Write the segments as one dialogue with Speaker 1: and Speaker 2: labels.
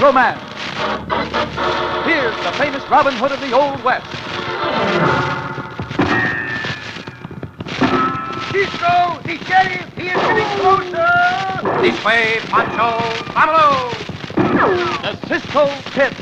Speaker 1: Romance. Here's the famous Robin Hood of the Old West.
Speaker 2: Cisco, the sheriff, he is getting closer.
Speaker 3: This way, Pancho. Vámonos.
Speaker 1: The Cisco Kid.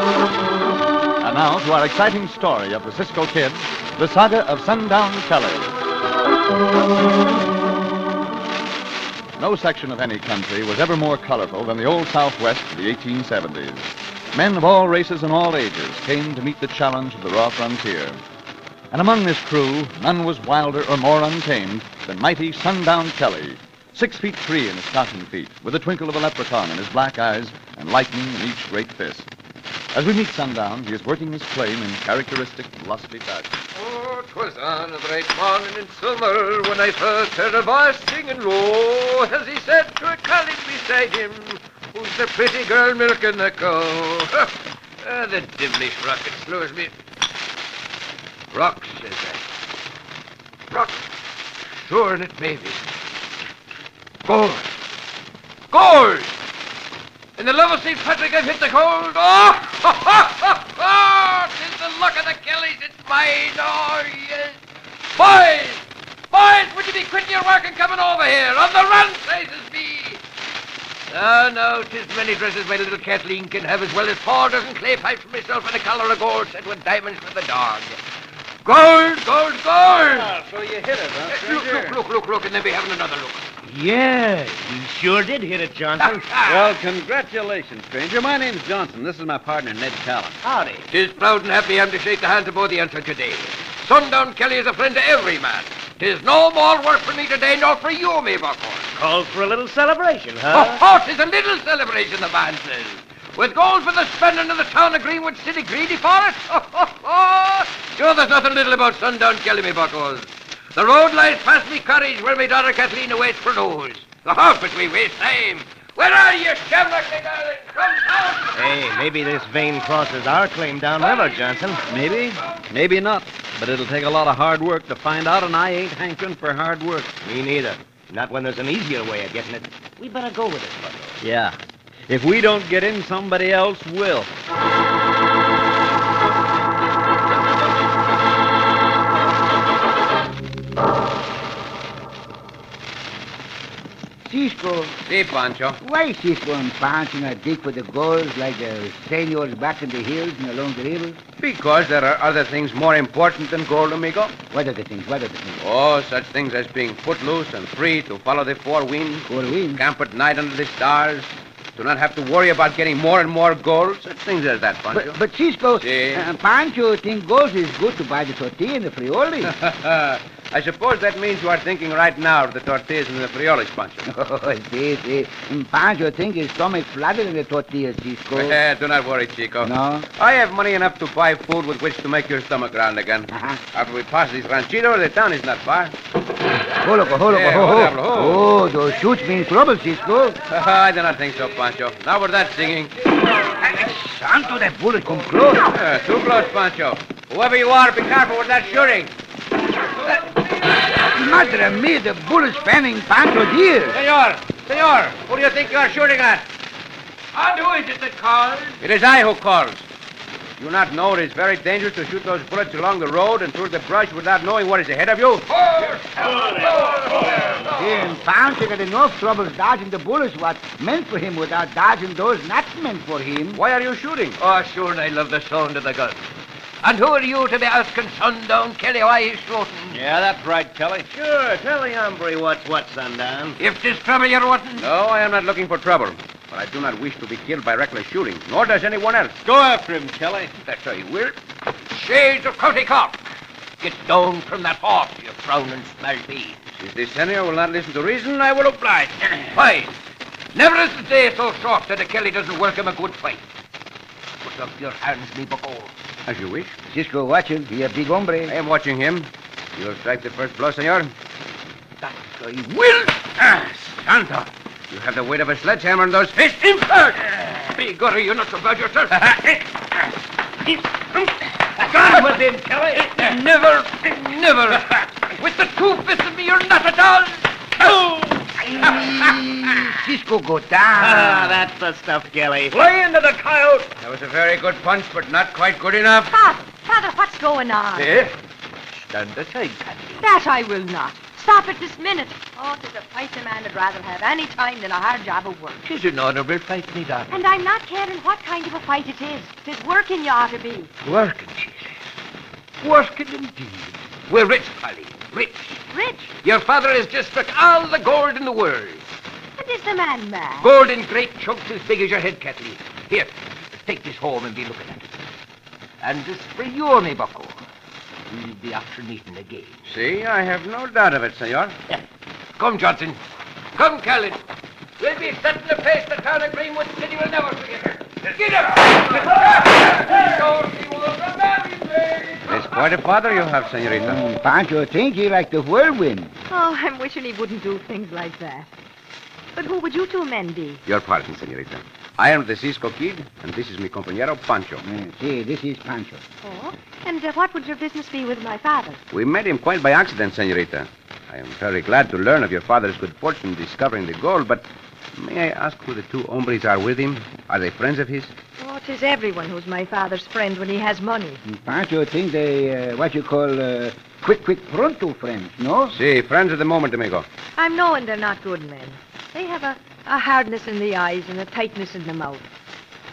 Speaker 1: And now to our exciting story of the Cisco Kid, the saga of Sundown Kelly. No section of any country was ever more colorful than the old Southwest of the 1870s. Men of all races and all ages came to meet the challenge of the raw frontier. And among this crew, none was wilder or more untamed than mighty Sundown Kelly, six feet three in his stocking feet, with the twinkle of a leprechaun in his black eyes and lightning in each great fist. As we meet Sundown, he is working his claim in characteristic blustery fashion.
Speaker 3: Oh, 'twas on a bright morning in summer when I first heard a voice singing low, as he said to a colleague beside him, who's the pretty girl milking the cow. Ah, the devilish rocket slows me. Rock, says I. Rock. Sure, and it may be. Gold. Gold! In the love of St. Patrick, I've hit the cold. Oh, ha, ha, ha, ha. 'Tis the luck of the Kellys. It's mine. Oh, yes. Boys! Boys, would you be quitting your work and coming over here? On the run, says me. Oh, no, 'tis many dresses my little Kathleen can have, as well as four dozen clay pipes for myself and a collar of gold set with diamonds for the dog. Gold, gold, gold!
Speaker 1: Ah,
Speaker 2: so you hit it,
Speaker 3: look, look, look, look, look, and then be having another look.
Speaker 4: Yeah, you sure did hit it, Johnson.
Speaker 5: Well, congratulations, stranger. My name's Johnson. This is my partner, Ned Talon.
Speaker 4: Howdy.
Speaker 3: Tis proud and happy I am to shake the hands of both the answer today. Sundown Kelly is a friend to every man. Tis no more work for me today nor for you, me buckhorn.
Speaker 4: Called for a little celebration,
Speaker 3: Oh,
Speaker 4: huh?
Speaker 3: oh, tis a little celebration, the man says. With gold for the spending of the town of Greenwood City greedy for it. Oh, oh, oh. Sure, there's nothing little about Sundown Kelly, me buckos. The road lies past me cottage where my daughter Kathleen awaits for news. Oh, but we waste time. Where are you, Shamrock, me darling? Come down.
Speaker 4: Hey, maybe this vein crosses our claim downriver, Johnson.
Speaker 5: Maybe, maybe not. But it'll take a lot of hard work to find out, and I ain't hankering for hard work.
Speaker 4: Me neither. Not when there's an easier way of getting it. We better go with it, Bucko.
Speaker 5: Yeah. If we don't get in, somebody else will.
Speaker 2: Cisco,
Speaker 3: See, Pancho.
Speaker 2: why is Cisco and Pancho not dig for the gold like the senors back in the hills and along the rivers?
Speaker 3: Because there are other things more important than gold, amigo.
Speaker 2: What are the things? What are the things?
Speaker 3: Oh, such things as being footloose and free to follow the four winds,
Speaker 2: For we.
Speaker 3: camp at night under the stars, to not have to worry about getting more and more gold, such things as that, Pancho.
Speaker 2: But, but Cisco,
Speaker 3: Si.
Speaker 2: uh, Pancho think gold is good to buy the tortilla and the frijoles.
Speaker 3: I suppose that means you are thinking right now of the tortillas and the frioles, Pancho.
Speaker 2: Oh, see, see. And Pancho think his stomach flatter than the tortilla, Cisco.
Speaker 3: Eh, Do not worry, Chico.
Speaker 2: No?
Speaker 3: I have money enough to buy food with which to make your stomach round again.
Speaker 2: Uh-huh.
Speaker 3: After we pass this ranchito, the town is not far.
Speaker 2: Hold up, hold up,
Speaker 3: Yeah,
Speaker 2: ho,
Speaker 3: hold
Speaker 2: ho.
Speaker 3: up, ho.
Speaker 2: Oh, those shoots mean trouble, Cisco.
Speaker 3: I do not think so, Pancho. Now with that singing.
Speaker 2: Santo, that bullet come close.
Speaker 3: Uh, too close, Pancho. Whoever you are, be careful with that shooting.
Speaker 2: Mother of me, the bullet's fanning Pancho's ear.
Speaker 3: Senor, senor, who do you think you are shooting at?
Speaker 6: And who is it that calls?
Speaker 3: It is I who calls. You not know it is very dangerous to shoot those bullets along the road and through the brush without knowing what is ahead of you?
Speaker 6: Oh.
Speaker 2: And Pancho got enough troubles dodging the bullets what meant for him without dodging those not meant for him.
Speaker 3: Why are you shooting?
Speaker 6: Oh, sure, I love the sound of the gun. And who are you to be asking Sundown Kelly why he's shooting?
Speaker 4: Yeah, that's right, Kelly. Sure, tell the hombre what's what, Sundown.
Speaker 6: If this trouble you're wanting.
Speaker 3: No, I am not looking for trouble. But I do not wish to be killed by reckless shooting, nor does anyone else.
Speaker 4: Go after him, Kelly.
Speaker 3: That's I will.
Speaker 6: Shades of County Cork. Get down from that horse, you frown and smell bees.
Speaker 3: If the senor will not listen to reason, I will oblige.
Speaker 6: Why? Never is the day so short that a Kelly doesn't welcome a good fight. Put up your hands, me bucko.
Speaker 3: As you wish.
Speaker 2: Cisco, watch him. He a big hombre.
Speaker 3: I am watching him. You'll strike the first blow, senor.
Speaker 6: That guy will.
Speaker 3: Ah, Santo! You have the weight of a sledgehammer on those fists.
Speaker 6: Impert! Bigorry, you're not so bad yourself. God with him, Kelly. Never, never. With the two fists of me, you're not at all.
Speaker 2: Cisco, go down.
Speaker 4: Ah, that's the stuff, Kelly.
Speaker 6: Fly into the coyote.
Speaker 3: That was a very good punch, but not quite good enough.
Speaker 7: Father, father, what's going on?
Speaker 6: Eh? Stand aside,
Speaker 7: That I will not. Stop it this minute. Oh, 'tis a fight a man would rather have any time than a hard job of work.
Speaker 6: Tis an honorable fight, me darling.
Speaker 7: And I'm not caring what kind of a fight it is. 'Tis working you ought to be.
Speaker 6: Working, she says. Working indeed. We're rich, Polly. Rich.
Speaker 7: Rich,
Speaker 6: Your father has just struck all the gold in the world.
Speaker 7: and is the man mad?
Speaker 6: Gold in great chunks as big as your head, Kathleen. Here, take this home and be looking at it. And this for you, me bucko. We'll be after meeting again.
Speaker 3: See, I have no doubt of it, senor.
Speaker 6: Come, Johnson. Come, Callan. We'll be setting the pace the town of Greenwood City will never forget. Get up!
Speaker 3: It's quite a father you have, senorita.
Speaker 2: Mm, Pancho think he like the whirlwind.
Speaker 7: Oh, I'm wishing he wouldn't do things like that. But who would you two men be?
Speaker 3: Your pardon, senorita. I am the Cisco Kid, and this is mi compañero Pancho.
Speaker 2: Mm, see, this is Pancho.
Speaker 7: Oh? And uh, what would your business be with my father?
Speaker 3: We met him quite by accident, senorita. I am very glad to learn of your father's good fortune discovering the gold, but may I ask who the two hombres are with him? Are they friends of his?
Speaker 7: Oh, 'tis everyone who's my father's friend when he has money.
Speaker 2: Mm, Pancho think they, uh, what you call, uh, quick, quick, pronto friends, no?
Speaker 3: See, friends at the moment, amigo.
Speaker 7: I'm knowing they're not good men. They have a, a hardness in the eyes and a tightness in the mouth.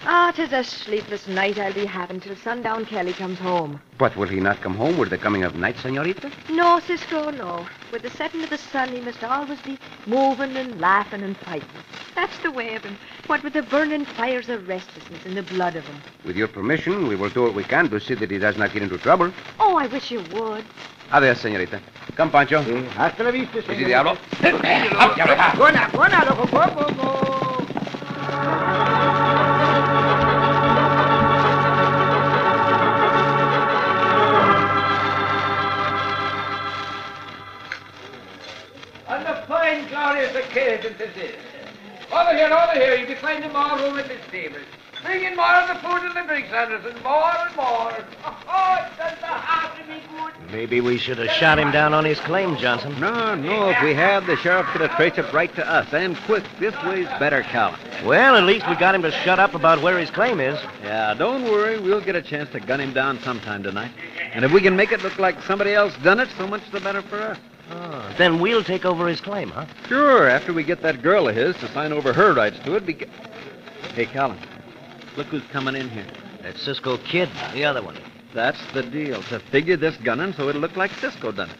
Speaker 7: Ah, 'tis a sleepless night I'll be having till sundown Kelly comes home.
Speaker 3: But will he not come home with the coming of night, senorita?
Speaker 7: No, Cisco, no. With the setting of the sun, he must always be moving and laughing and fighting. That's the way of him. What with the burning fires of restlessness in the blood of him.
Speaker 3: With your permission, we will do what we can to see that he does not get into trouble.
Speaker 7: Oh, I wish you would.
Speaker 3: Adios, senorita. Come, Pancho.
Speaker 2: Eh, Hasta la vista,
Speaker 3: Easy,
Speaker 2: señor.
Speaker 3: Diablo.
Speaker 2: Go now, go now, loco, go, go, go.
Speaker 6: And the fine, glorious occasion this is. Over here, over here. You'll be finding more room at this table. Bring in more of the food and the drinks, Anderson. More and more. Oh, it does the heart of me good.
Speaker 4: Maybe we should have shot him down on his claim, Johnson.
Speaker 5: No, no. If we had, the sheriff could have traced it right to us. And quick. This way's better, Callan.
Speaker 4: Well, at least we got him to shut up about where his claim is.
Speaker 5: Yeah, don't worry. We'll get a chance to gun him down sometime tonight. And if we can make it look like somebody else done it, so much the better for us.
Speaker 4: Oh, then we'll take over his claim, huh?
Speaker 5: Sure, after we get that girl of his to sign over her rights to it, we get... Hey, Callan, look who's coming in here.
Speaker 4: That Cisco kid, the other one.
Speaker 5: That's the deal, to figure this gunning so it'll look like Cisco done it.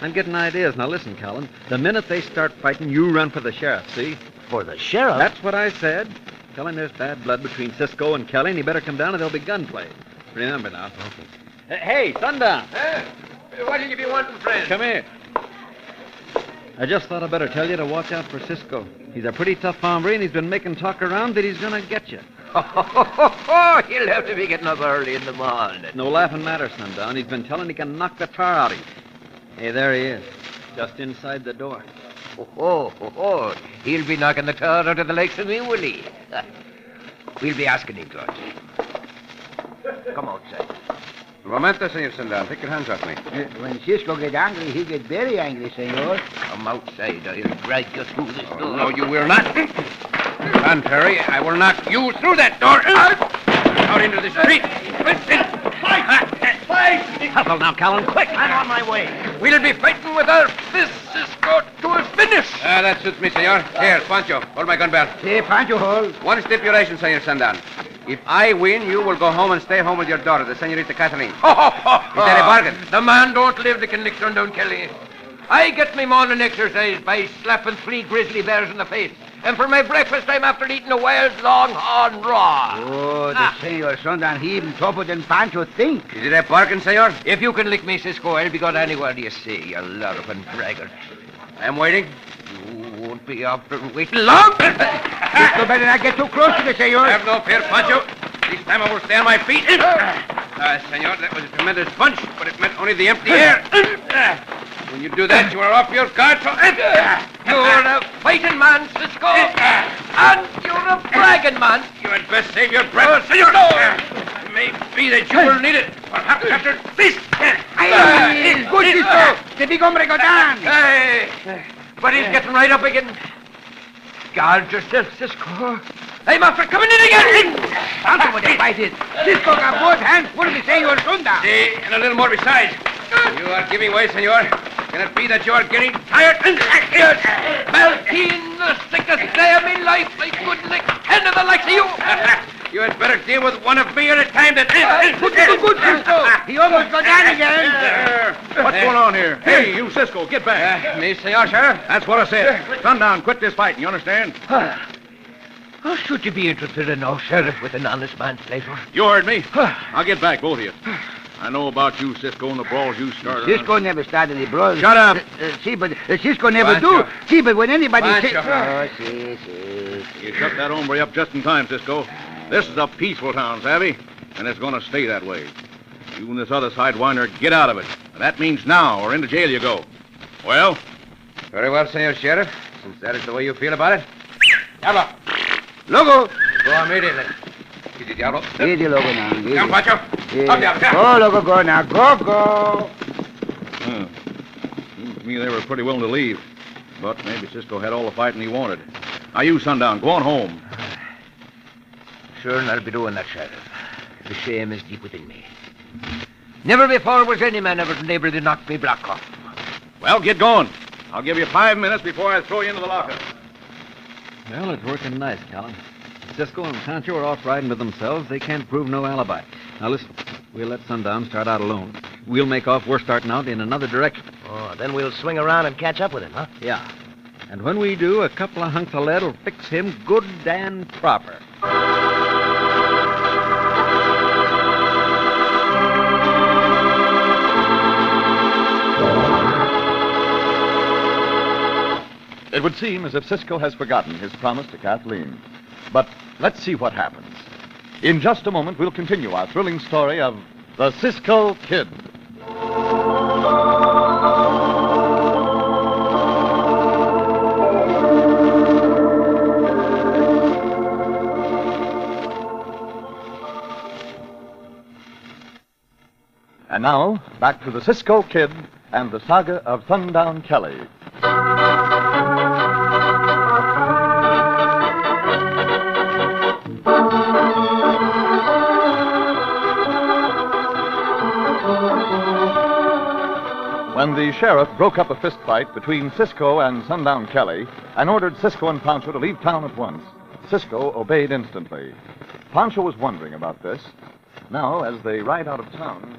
Speaker 5: I'm getting ideas. Now listen, Callan. The minute they start fighting, you run for the sheriff, see?
Speaker 4: For the sheriff.
Speaker 5: That's what I said. Tell him there's bad blood between Cisco and Kelly, and he better come down or there'll be gunplay. Remember now. Uh, Hey, Sundown,
Speaker 6: Huh? What will you be wanting, friend?
Speaker 5: come here. I just thought I'd better tell you to watch out for Cisco. He's a pretty tough hombre, and he's been making talk around that he's gonna get you.
Speaker 6: Oh, he'll have to be getting up early in the morning.
Speaker 5: No laughing matter, Sundown. He's been telling he can knock the tar out of you. Hey, there he is, just inside the door.
Speaker 6: Oh, oh, oh, oh. he'll be knocking the tar out of the likes of me, will he? We'll be asking him, George. Come outside.
Speaker 3: Momento, senor Sandal. Take your hands off me.
Speaker 2: Eh, When Cisco get angry, he get very angry, senor.
Speaker 6: Come outside, or he'll drag you through this door.
Speaker 3: Oh, no, you will not. Contrary, I will knock you through that door. Out into the street. Ah,
Speaker 4: Huffle now, Callan, quick! I'm on my way.
Speaker 6: We'll be fighting with our fists, Cisco, to a finish.
Speaker 3: Ah, that suits me, senor. Here, Pancho, hold my gun barrel.
Speaker 2: Say, Pancho, hold.
Speaker 3: One stipulation, senor Sandan. If I win, you will go home and stay home with your daughter, the senorita Catherine.
Speaker 6: Ho, ho, ho, ho.
Speaker 3: that a bargain?
Speaker 6: The man don't live to convict on down Kelly. I get my morning exercise by slapping three grizzly bears in the face. And for my breakfast, I'm after eating a wild longhorn raw.
Speaker 2: Oh, the
Speaker 6: Ah.
Speaker 2: senor Sundown, he even tougher than Pancho think.
Speaker 3: Is it a bargain, senor?
Speaker 6: If you can lick me, Cisco, I'll be gone anywhere you say, you larrupin braggart.
Speaker 3: I'm waiting.
Speaker 6: You won't
Speaker 3: be often wait long. Ah.
Speaker 2: You better not get too close to the senor.
Speaker 3: Have no fear, Pancho. This time I will stay on my feet. Ah, senor, that was a tremendous punch, but it meant only the empty air.
Speaker 2: Ah.
Speaker 3: When you do that, you are off your guard for...
Speaker 6: You're a fighting man, Cisco.
Speaker 2: Ah.
Speaker 6: And you're a bragging man.
Speaker 3: You had best save your
Speaker 2: Ah,
Speaker 3: breath, senor. It may be that you will need it, perhaps after this.
Speaker 2: Ah.
Speaker 3: Ah.
Speaker 2: Ay, good, Cisco. The big hombre Ah. go down.
Speaker 6: Hey, but he's getting right up again. Guard yourself, Cisco. I'm after coming in again.
Speaker 2: Alto with the fight is. Cisco got both hands full of the senor's sunda.
Speaker 3: See, and a little more besides. You are giving way, senor. Can it be that you are getting tired?
Speaker 6: Melting the sickest day of my life. I couldn't lick ten of the likes of you.
Speaker 3: You had better deal with one of me at a time than...
Speaker 2: Good, good, good, Cisco. He almost got down again.
Speaker 1: What's going on here? Hey, you, Cisco, get back.
Speaker 3: Uh, Me, senor, sir?
Speaker 1: That's what I said. Come down, quit this fighting, you understand?
Speaker 6: How should you be interested in no sheriff with an honest man's labor?
Speaker 1: You heard me. I'll get back, both of you. I know about you, Cisco, and the brawls you started.
Speaker 2: Cisco never started any brawls.
Speaker 1: Shut up.
Speaker 2: Uh, uh, see, but uh, Cisco never
Speaker 3: Pancho.
Speaker 2: do. See, but when anybody say...
Speaker 3: Pancho.
Speaker 2: Oh, see, see.
Speaker 1: You shut that hombre up just in time, Cisco. This is a peaceful town, savvy, and it's going to stay that way. You and this other sidewinder get out of it. And that means now, or into jail you go. Well,
Speaker 3: Very well, senor sheriff. Since that is the way you feel about it. Diablo,
Speaker 2: Logo.
Speaker 3: go immediately. Easy, Diablo.
Speaker 2: Easy, Logo, now. Easy.
Speaker 3: Come, Pancho.
Speaker 2: Easy.
Speaker 3: Up, Diablo.
Speaker 2: Go, Logo, go now. Go, go.
Speaker 1: huh. seems to me they were pretty willing to leave. But maybe Cisco had all the fighting he wanted. Now, you, Sundown, go on home.
Speaker 6: Sure, and I'll be doing that, Sheriff. The shame is deep within me. Never before was any man ever able to knock me block off.
Speaker 1: Well, get going. I'll give you five minutes before I throw you into the locker.
Speaker 5: Well, it's working nice, Colin. Cisco and Sancho are off riding to themselves. They can't prove no alibi. Now, listen, we'll let Sundown start out alone. We'll make off. We're starting out in another direction.
Speaker 4: Oh, then we'll swing around and catch up with him, huh?
Speaker 5: Yeah. And when we do, a couple of hunks of lead will fix him good and proper.
Speaker 1: It would seem as if Cisco has forgotten his promise to Kathleen. But let's see what happens. In just a moment, we'll continue our thrilling story of the Cisco Kid. And now, back to the Cisco Kid and the saga of Sundown Kelly. When the sheriff broke up a fistfight between Cisco and Sundown Kelly and ordered Cisco and Pancho to leave town at once, Cisco obeyed instantly. Pancho was wondering about this. Now, as they ride out of town,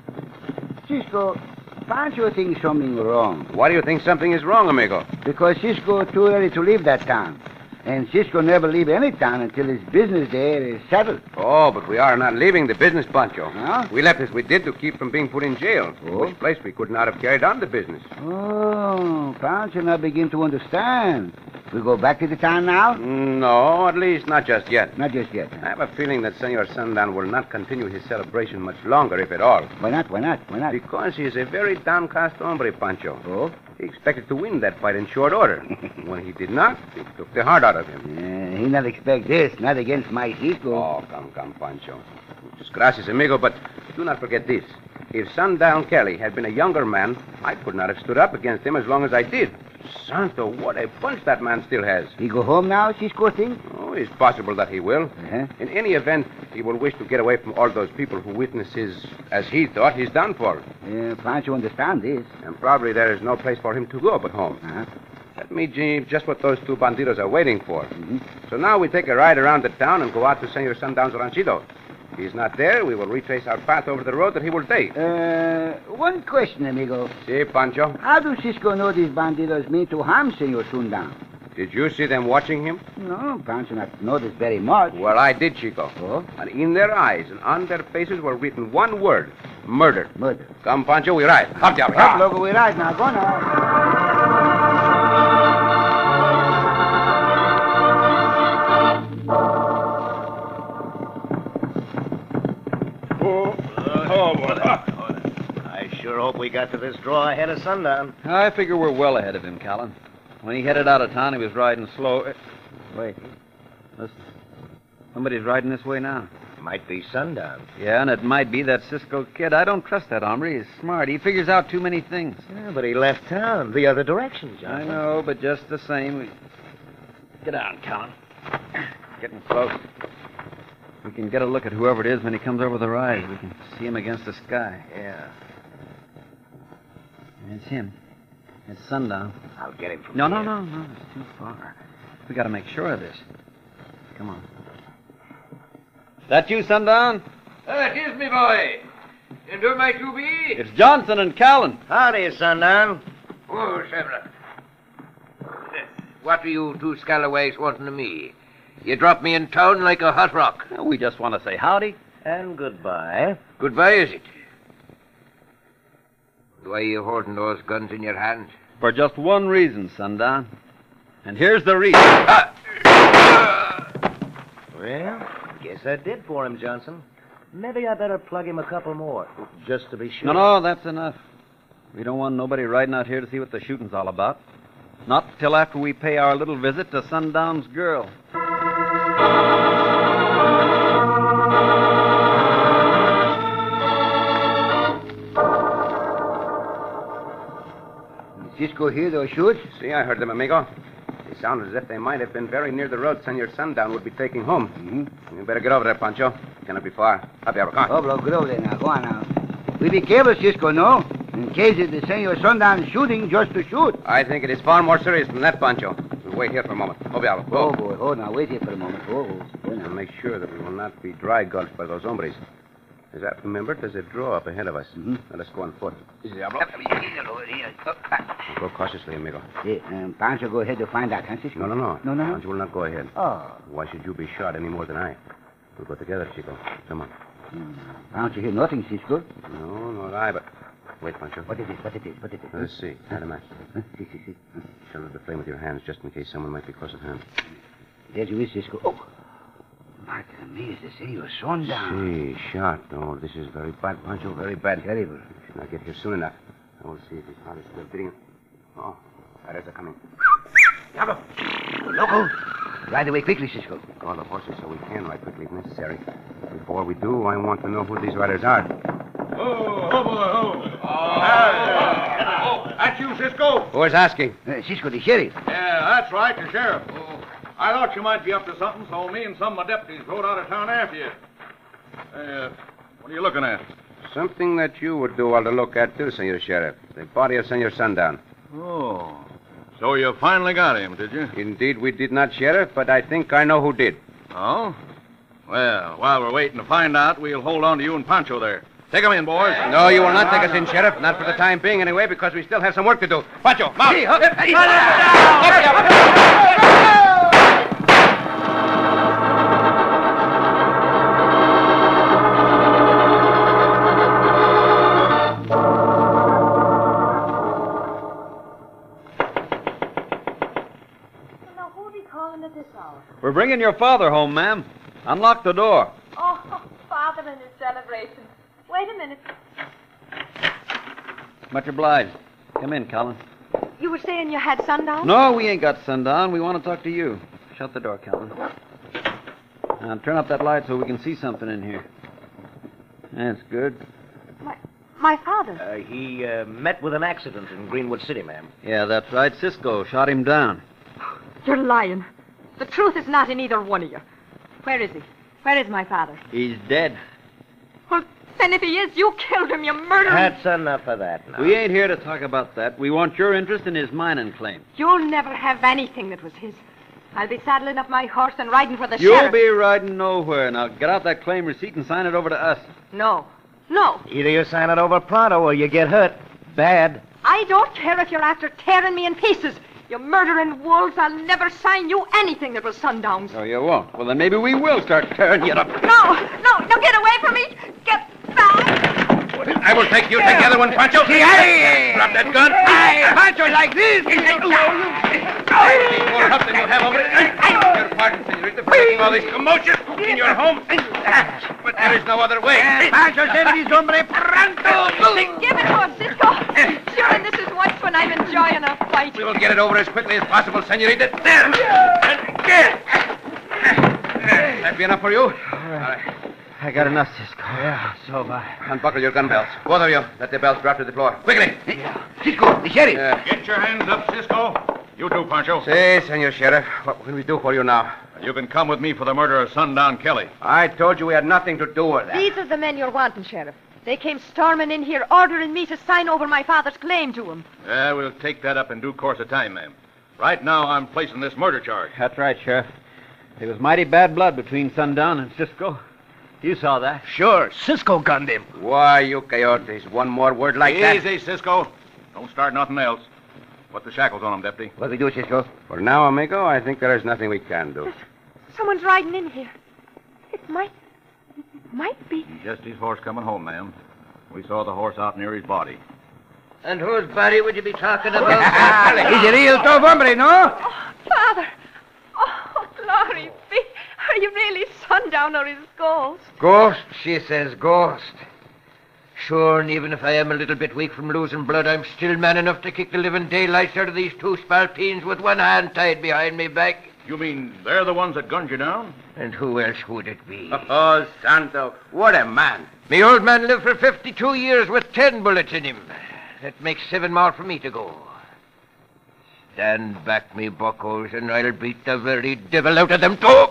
Speaker 2: Cisco, Pancho thinks something wrong.
Speaker 3: Why do you think something is wrong, amigo?
Speaker 2: Because Cisco too early to leave that town. And Cisco never leave any town until his business there is settled.
Speaker 3: Oh, but we are not leaving the business, Pancho.
Speaker 2: Huh?
Speaker 3: We left as we did to keep from being put in jail. In
Speaker 2: Oh.
Speaker 3: which place we could not have carried on the business.
Speaker 2: Oh, Pancho now begin to understand. We go back to the town now?
Speaker 3: No, at least not just yet.
Speaker 2: Not just yet.
Speaker 3: I have a feeling that Senor Sundown will not continue his celebration much longer, if at all.
Speaker 2: Why not? Why not? Why not?
Speaker 3: Because he is a very downcast hombre, Pancho.
Speaker 2: Oh?
Speaker 3: He expected to win that fight in short order. when he did not, it took the heart out of him.
Speaker 2: Yeah, Eh, he not expect this, not against my Cisco.
Speaker 3: Oh, come, come, Pancho. Muchas gracias, amigo, but do not forget this. If Sundown Kelly had been a younger man, I could not have stood up against him as long as I did. Santo, what a punch that man still has.
Speaker 2: He go home now, Cisco thing?
Speaker 3: Oh, it's possible that he will.
Speaker 2: Uh-huh.
Speaker 3: In any event, he will wish to get away from all those people who witness his, as he thought, his downfall.
Speaker 2: Yeah, Pancho Eh, understand this.
Speaker 3: And probably there is no place for him to go but home.
Speaker 2: Uh-huh.
Speaker 3: That may be just what those two bandidos are waiting for.
Speaker 2: Mm-hmm.
Speaker 3: So now we take a ride around the town and go out to Senor Sundown's ranchito. If he's not there, we will retrace our path over the road that he will take.
Speaker 2: Uh, one question, amigo.
Speaker 3: See, Pancho,
Speaker 2: How do Cisco know these bandidos mean to harm Senor Sundown?
Speaker 3: did you see them watching him?
Speaker 2: No, Pancho not know this very much.
Speaker 3: Well, I did, Chico.
Speaker 2: Oh,
Speaker 3: And in their eyes and on their faces were written one word murder.
Speaker 2: murder.
Speaker 3: Come, Pancho, we ride. Up, Diablo.
Speaker 2: Up, Logo, we ride now. Go now.
Speaker 8: Oh,
Speaker 4: Sure hope we got to this draw ahead of sundown.
Speaker 1: I figure we're well ahead of him, Colin. When he headed out of town, he was riding slow. eh, Wait. Listen. Somebody's riding this way now.
Speaker 4: Might be sundown.
Speaker 1: Yeah, and it might be that Cisco kid. I don't trust that hombre. He's smart. He figures out too many things.
Speaker 4: Yeah, but he left town the other direction,
Speaker 1: I
Speaker 4: John.
Speaker 1: know, but just the same. We... Get down, Colin. Getting close. We can get a look at whoever it is when he comes over the rise. We can see him against the sky.
Speaker 4: Yeah.
Speaker 1: It's him. It's sundown.
Speaker 4: I'll get him from
Speaker 1: No,
Speaker 4: here.
Speaker 1: no, no, no. It's too far. We got to make sure of this. Come on. That you, Sundown?
Speaker 8: That is Uh, me boy. And who might you be?
Speaker 1: It's Johnson and Callan.
Speaker 4: Howdy, sundown.
Speaker 8: Oh, Shamrock. What do you two scallawags wanting of me? You dropped me in town like a hot rock.
Speaker 1: We just want to say howdy.
Speaker 4: And goodbye.
Speaker 8: Goodbye, is it? Why are you holding those guns in your hand?
Speaker 1: For just one reason, Sundown. And here's the reason.
Speaker 4: Well, guess that did for him, Johnson. Maybe I better plug him a couple more, just to be sure.
Speaker 1: No, no, that's enough. We don't want nobody riding out here to see what the shooting's all about. Not till after we pay our little visit to Sundown's girl.
Speaker 2: Cisco hear those shoots?
Speaker 3: See, I heard them, amigo. They sounded as if they might have been very near the road Senor Sundown would be taking home. Mm-hmm. You better get over there, Pancho. Cannot be far. Up here, come on.
Speaker 2: Oh, blow, get over there now. Go on now. We be careful, Cisco, no? In case if they send your sundown shooting just to shoot.
Speaker 3: I think it is far more serious than that, Pancho. We'll wait here for a moment. Over here. Go.
Speaker 2: Oh, boy, hold on. Wait here for a moment. Oh, oh,
Speaker 3: And make sure that we will not be dry gulched by those hombres. Is that remember? There's a draw up ahead of us.
Speaker 2: Mm-hmm.
Speaker 3: Now let's go on foot. Go cautiously, amigo.
Speaker 2: Hey, um, Pancho, go ahead to find out, huh, Cisco?
Speaker 3: No, no, no.
Speaker 2: No, no?
Speaker 3: Pancho will not go ahead.
Speaker 2: Oh,
Speaker 3: Why should you be shot any more than I? We'll go together, Chico. Come on.
Speaker 2: Pancho hear nothing, Cisco.
Speaker 3: No, nor I, but. Wait, Pancho.
Speaker 2: What is it? What it is? What it is?
Speaker 3: Let's see. Light a match.
Speaker 2: Huh? See, see, see. Huh?
Speaker 3: Shut up the flame with your hands just in case someone might be close at hand.
Speaker 2: There you is, Cisco. Oh, Martin, me is the same. Your sundown.
Speaker 3: See, shot. Oh, this is very bad, Pancho. Very bad. Terrible. Should not get here soon enough. I will see if his heart is still beating. Oh, fighters are coming.
Speaker 2: Diablo. Loco. Ride Oh, away quickly, Cisco.
Speaker 3: Call the horses so we can ride quickly if necessary. Before we do, I want to know who these riders are.
Speaker 9: That's you, Cisco.
Speaker 3: Who is asking?
Speaker 2: Uh, Cisco, the sheriff.
Speaker 9: Yeah, that's right, the sheriff. Oh, I thought you might be up to something, so me and some of my deputies rode out of town after you. Uh, what are you looking at?
Speaker 3: Something that you would do well to look at, too, Senor Sheriff. The body of Senor Sundown.
Speaker 10: Oh. So you finally got him, did you?
Speaker 3: Indeed, we did not, Sheriff, but I think I know who did.
Speaker 10: Oh? Well, while we're waiting to find out, we'll hold on to you and Pancho there. Take 'em in, boys.
Speaker 3: No, you will not take us in, Sheriff. Not for the time being, anyway, because we still have some work to do. Pancho, mount!
Speaker 7: Well, now, who'd be calling at this hour?
Speaker 1: We're bringing your father home, ma'am. Unlock the door.
Speaker 7: Oh, Father and his celebration. Wait a minute.
Speaker 1: Much obliged. Come in, Colin.
Speaker 7: You were saying you had sundown?
Speaker 1: No, we ain't got sundown. We want to talk to you. Shut the door, Calvin. Now turn up that light so we can see something in here. That's good.
Speaker 7: My, my father.
Speaker 4: Uh, he uh, met with an accident in Greenwood City, ma'am.
Speaker 1: Yeah, that's right. Cisco shot him down.
Speaker 7: You're lying. The truth is not in either one of you. Where is he? Where is my father?
Speaker 1: He's dead.
Speaker 7: Well, then if he is, you killed him, you murderer.
Speaker 4: That's enough of that now.
Speaker 1: We ain't here to talk about that. We want your interest in his mining claim.
Speaker 7: You'll never have anything that was his. I'll be saddling up my horse and riding for the
Speaker 1: You'll
Speaker 7: sheriff.
Speaker 1: be riding nowhere. Now get out that claim receipt and sign it over to us.
Speaker 7: No. No.
Speaker 4: Either you sign it over pronto or you get hurt. Bad.
Speaker 7: I don't care if you're after tearing me in pieces. You murdering wolves, I'll never sign you anything that was sundown's.
Speaker 1: No, you won't. Well, then maybe we will start tearing you up.
Speaker 7: No, no, no, get away from me. Get back.
Speaker 3: I will take you. Take the other one, Pancho. Drop that gun.
Speaker 2: Pancho, like this.
Speaker 11: More help than you have already. Your pardon, senorita, for making all this commotion in your home. But there is no other way.
Speaker 12: Give it to him, Cisco. Sure, and this is once when I'm enjoying a fight.
Speaker 11: We will get it over as quickly as possible, senorita. There! And there! There. That be enough for you? All right.
Speaker 13: I got enough, Cisco. Yeah, so
Speaker 11: Unbuckle your gun belts. Both of you, let the belts drop to the floor. Quickly!
Speaker 2: Cisco, the sheriff.
Speaker 11: Yeah.
Speaker 1: Get your hands up, Cisco. You too, Pancho.
Speaker 3: Say, Senor Sheriff, what can we do for you now?
Speaker 1: You can come with me for the murder of Sundown Kelly.
Speaker 3: I told you we had nothing to do with that.
Speaker 7: These are the men you're wanting, Sheriff. They came storming in here ordering me to sign over my father's claim to him.
Speaker 1: Yeah, we'll take that up in due course of time, ma'am. Right now, I'm placing this murder charge.
Speaker 13: That's right, Sheriff. There was mighty bad blood between Sundown and Cisco. You saw that.
Speaker 3: Sure, Cisco gunned him. Why, you coyotes, one more word like that.
Speaker 1: Easy, Cisco. Don't start nothing else. Put the shackles on him, Deputy.
Speaker 3: What do we do, Cisco? For now, amigo, I think there is nothing we can do.
Speaker 7: Someone's riding in here. It might. It might be.
Speaker 1: Just his horse coming home, ma'am. We saw the horse out near his body.
Speaker 4: And whose body would you be talking about?
Speaker 13: Ah,
Speaker 2: He's a real tough hombre, no?
Speaker 12: Father. Oh, glory be. Are you really Sundown or his ghost?
Speaker 4: Ghost, she says, ghost. Sure, and even if I am a little bit weak from losing blood, I'm still man enough to kick the living daylights out of these two spalpeens with one hand tied behind my back.
Speaker 1: You mean they're the ones that gunned you down?
Speaker 4: And who else would it be?
Speaker 3: Oh, Santo, what a man.
Speaker 4: Me old man lived for 52 years with 10 bullets in him. That makes seven more for me to go. Stand back, me buckos, and I'll beat the very devil out of them two.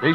Speaker 1: Be